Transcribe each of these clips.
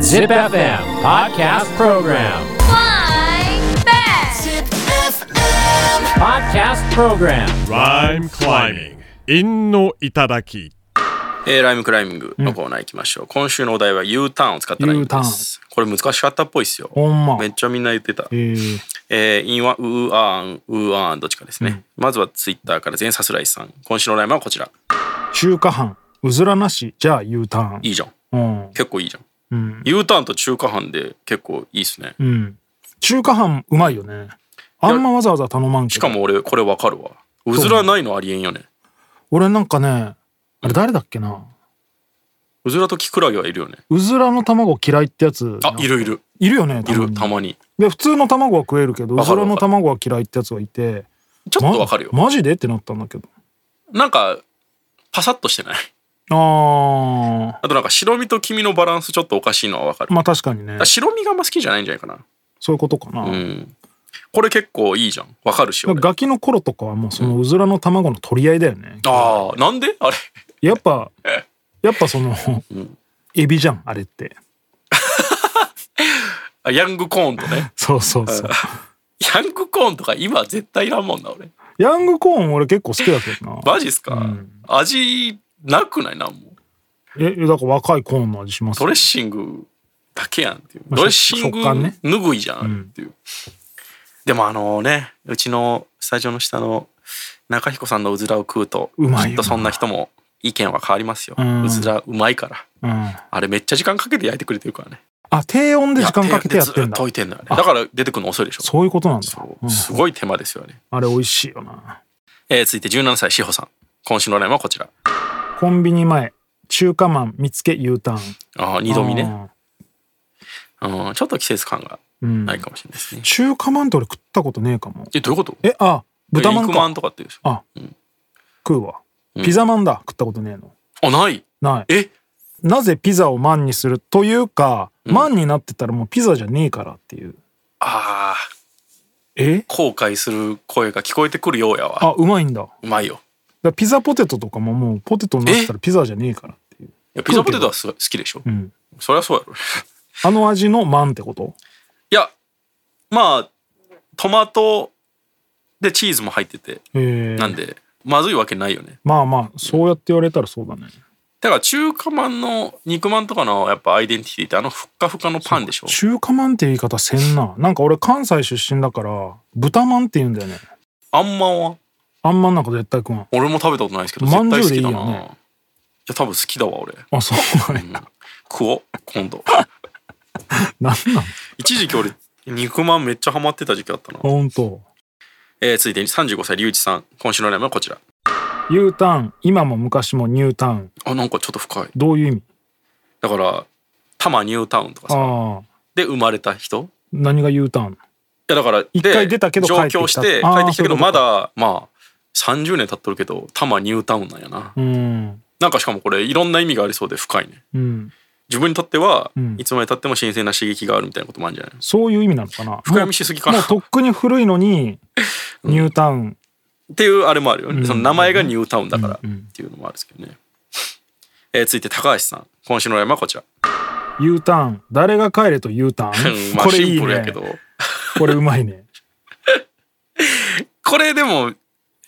Zip FM Podcast Program. Flying back. Podcast Program. Rhyme climbing. 陰の頂き。えーライムクライミングのコーナー行きましょう、今週のお題は U ターンを使ったライムですこれ難しかったっぽいっすよほんまめっちゃみんな言ってた、えー、えー、インはウーアーンウーアーンどっちかですね、まずはツイッターから全サスライさん今週のライムはこちら中華飯うずらなしじゃあ U ターンいいじゃんうん結構いいじゃんうん U ターンと中華飯で結構いいっすね、うん中華飯うまいよねあんまわざわざ頼まんけどしかも俺これわかるわうずらないのありえんよね俺なんかねあれ誰だっけなうずらとキクラゲはいるよねうずらの卵嫌いってやつあいるいるいるよねい多分るたまにで普通の卵は食えるけどうわかずるらのわかる卵は嫌いってやつがいてちょっとわかるよ、まマジでってなったんだけどなんかパサッとしてないああとなんか白身と黄身のバランスちょっとおかしいのはわかるーまあ確かにねだから白身があんま好きじゃないんじゃないかなそういうことかな、うんこれ結構いいじゃんわかるし俺ガキの頃とかはもうそのうずらの卵の取り合いだよね、ああなんであ れやっぱやっぱその、エビじゃんあれってあヤングコーンと ねそうそうそうヤングコーンとか今絶対いらんもんな俺ヤングコーン俺結構好きだけどなマジっすか、うん味なくないなんもえだから若いコーンの味しますドレッシングだけやんっていうまあドレッシン食感グねぬぐいじゃんあれっうんていう、でもあのねうちのスタジオの下の中彦さんのうずらを食うとうまいよなきっとそんな人も意見は変わりますよ、ううんずらうまいからうん、あれめっちゃ時間かけて焼いてくれてるからねあ低温で時間かけてやっいてや手でずんっだと置いてんだよねだから出てくるの遅いでしょそういうことなんだそううんすごい手間ですよね、あれ美味しいよなえー続いて17歳志保さん今週のラインはこちらコンビニ前中華まん見つけ U ターンあー二度見ねあうんちょっと季節感がーうんないかもしれないですね、中華まんって俺食ったことねえかもえどういうことえあ豚まん肉かまんとかって言うでしょあ、食うわうんピザまんだ食ったことねえのあないないえなぜピザをまんにするというか、まんになってたらもうピザじゃねえからっていうあーえ後悔する声が聞こえてくるようやわあうまいんだだかうまいよらピザポテトとかももうポテトになってたらピザじゃねえからっていう、いやピザポテトはす好きでしょ、うん、そりゃそうやろあの味のまんってこといやまあトマトでチーズも入っててえなんでまずいわけないよねまあまあそうやって言われたらそうだねだから中華まんの肉まんとかのやっぱアイデンティティってあのふっかふかのパンでしょ中華まんって言い方せんななんか俺関西出身だから豚まんって言うんだよねあんまんはあんまんなんか絶対食わん俺も食べたことないですけどまん絶じゅ対う好できいいよだねな、いや多分好きだわ俺、あそうなんうやん、食おう今度 なんなん一時期俺肉まんめっちゃハマってた時期あったな、ほんとえー、続いて35歳龍一さん今週の悩みはこちら U ターン今も昔もニュータウンあなんかちょっと深いどういう意味だから多摩ニュータウンとかさああで生まれた人い何が U ターンやだから一回出たけど上帰って京きしたて帰あーってきたけそうどいうことまだまあ30年経っとるけど多摩ニュータウンなんやなうんなんかしかもこれいろんな意味がありそうで深いねうん自分にとっては、うんいつまでたっても新鮮な刺激があるみたいなこともあるんじゃないそういう意味なのかな深読みしすぎかなもうとっくに古いの にニュータウンっていうあれもあるよね、うんその名前がニュータウンだからっうんうんていうのもあるんですけどね、えー続いて高橋さん今週のライブは こちら U ターン誰が帰れと U ターン、まあこれいシンいプルやねけどこれうま いねこれでも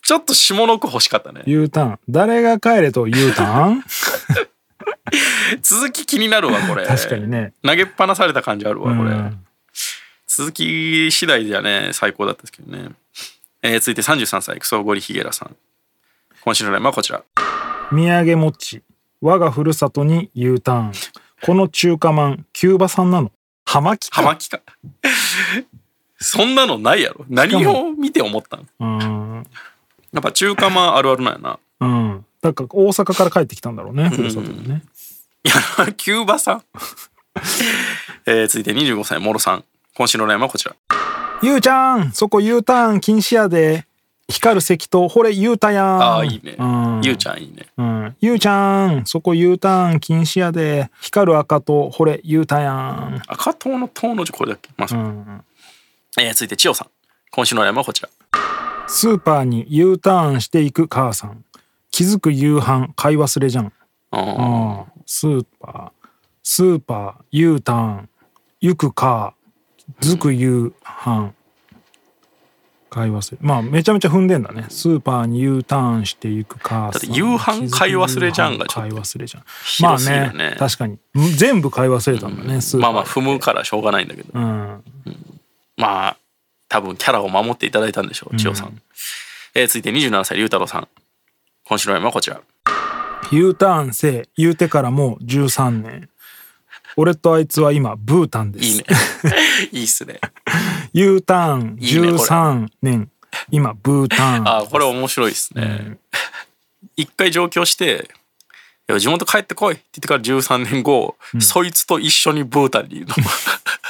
ちょっと下の句欲しかったね U ターン誰が帰れと U ター ン続き気になるわこれ 確かにね投げっぱなされた感じあるわこれ、うん続き次第じゃね最高だったんですけどね、えー続いて33歳クソゴリヒゲラさん今週のライブはこちら土産持ち我がふるさとに U ターンこの中華まんキューバ産なの葉巻ハかマキかそんなのないやろ何を見て思ったのうんやっぱ中華まんあるあるなんやな うんだから大阪から帰ってきたんだろうねふるさとにねいや、キューバさん。 えー続いて25歳、モロさん。今週のラインはこちら。ゆうちゃん、そこ U ターン禁止やで。光る石灯、ほれ、ゆうたやん。ああ、いいね。うん、ゆうちゃん、いいね。ゃん。うん、ゆうちゃん、そこ U ターン禁止やで。光る赤灯、ほれ、ゆうたやん。赤党の党の字、これだっけ、まあう、そうんえー続いて、千代さん。今週のラインはこちら。スーパーに U ターンしていく母さん。気づく夕飯、買い忘れじゃん。あーああ、スーパー。スーパー、U ターン、ゆくか、ずく夕飯。買い忘れ。まあ、めちゃめちゃ踏んでんだね。スーパーに U ターンしてゆくか。だって夕飯買い忘れじゃんがちょっ買いと忘れじゃん。まあ広すぎるねね、確かに。全部買い忘れたんだね、スーまパあー。まあ踏むからしょうがないんだけど、うん。まあ多分キャラを守っていただいたんでしょう千代さん、えー続いて27歳龍太郎さん今週の山はこちら U ターンせい、言うてからもう13年。俺とあいつは今、ブータンです。 いいねいいっすね U ターンいいねこれ13年。今、ブーターン。あーこれ面白いっすね一回上京していや地元帰ってこいって言ってから13年後、そいつと一緒にブータンにいるの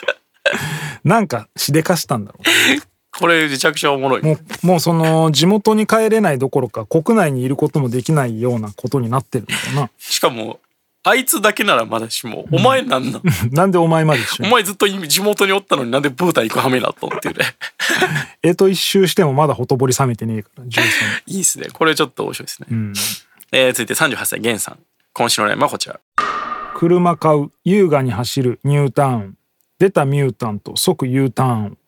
なんか、しでかしたんだろうね。これめちゃくちゃおもろいもう、もうその、地元に帰れないどころか、国内にいることもできないようなことになってるのかしかもあいつだけならまだしもお前なんなん、 な。なんでお前まで一緒おに。前ずっと地元におったのになんでブータン行くはめになったんっていうね えと一周してもまだほとぼり冷めてねえから、13年。いいっすねこれちょっと面白いですね、うん。えー続いて38歳ゲンさん今週のラインはこちら車買う、優雅に走る、ニューターン。出たミュータント、即 U ターン。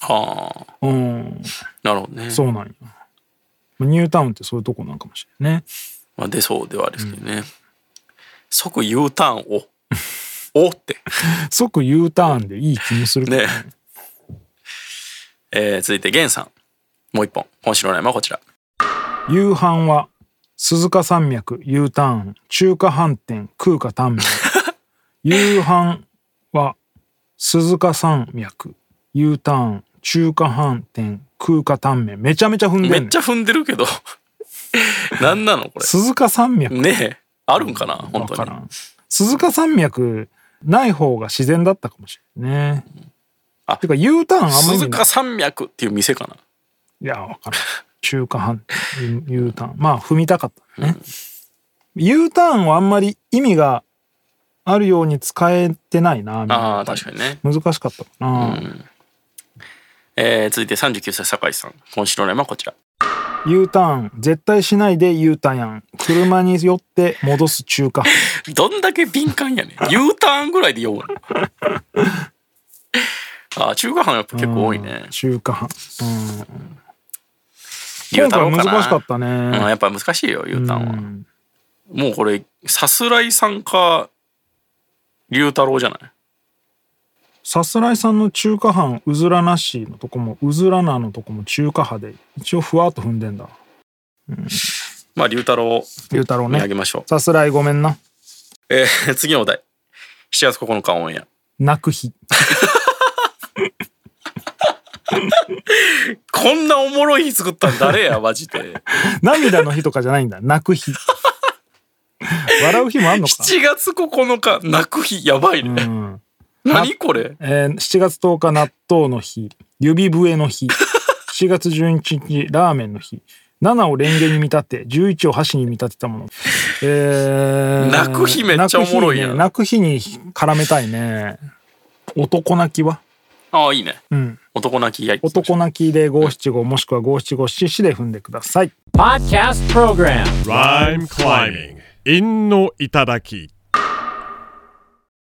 ああうん。なるほどねそうなんや。ニュータウンってそういうとこなんかもしれないね。まあ、出そうではあるんですけどね、即 U ターンを おって即 U ターンでいい気もするけどねえー続いてゲンさんもう一本今週のラインはこちら夕飯は鈴鹿山脈 U ターン中華飯店空華タンメン 夕飯は鈴鹿山脈 U ターン中華飯店空華タンメンめちゃめちゃ踏んでんめねんっちゃ踏んでるけど 何なのこ鈴鹿山脈れねえあるんかな本わ当かにらん鈴鹿山脈ない方が自然だったかもしれないねあてか U ターンあんまり鈴鹿山脈っていう店かないや、わからん。中華飯店、U- U ターン。まあ、踏みたかったね。U ターンはあんまり意味があるように使えてないな、みたいなああ確かにね、難しかったかな。えー続いて39歳酒井さん今週のラインはこちら U ターン、絶対しないで U ターンやん。車に寄って戻す中華。どんだけ敏感やね ん U ターンぐらいで酔うのあー中華飯やっぱ結構多いね中華飯。うん龍今太回郎かな難しかったね。うん、やっぱ難しいよ U ターンは、うんもうこれさすらいさんか龍太郎じゃないさすらいさんの中華飯、うずらなしのとこも、うずらなのとこも中華派で、一応ふわっと踏んでんだ。まあ龍太郎ゆうたろうにあげね。ましょう、さすらいごめんな。えー次のお題7月9日オンエア泣く日。 こんなおもろい日作ったん誰 やマジで涙の日とかじゃないんだ。泣く日。 笑う日もあんのか。 7月9日泣く日やばいね、うん何これえー7月10日納豆の日、指笛 の日、7月11日ラーメンの日、7をレンゲに見立て、11を箸に見立てたもの。えー泣く日めっちゃおもろいやんああいいねうん。男泣きやり男泣きで五七五もしくは五七五七四で踏んでください。 Podcast Program Rhyme climbing. 韻の頂き。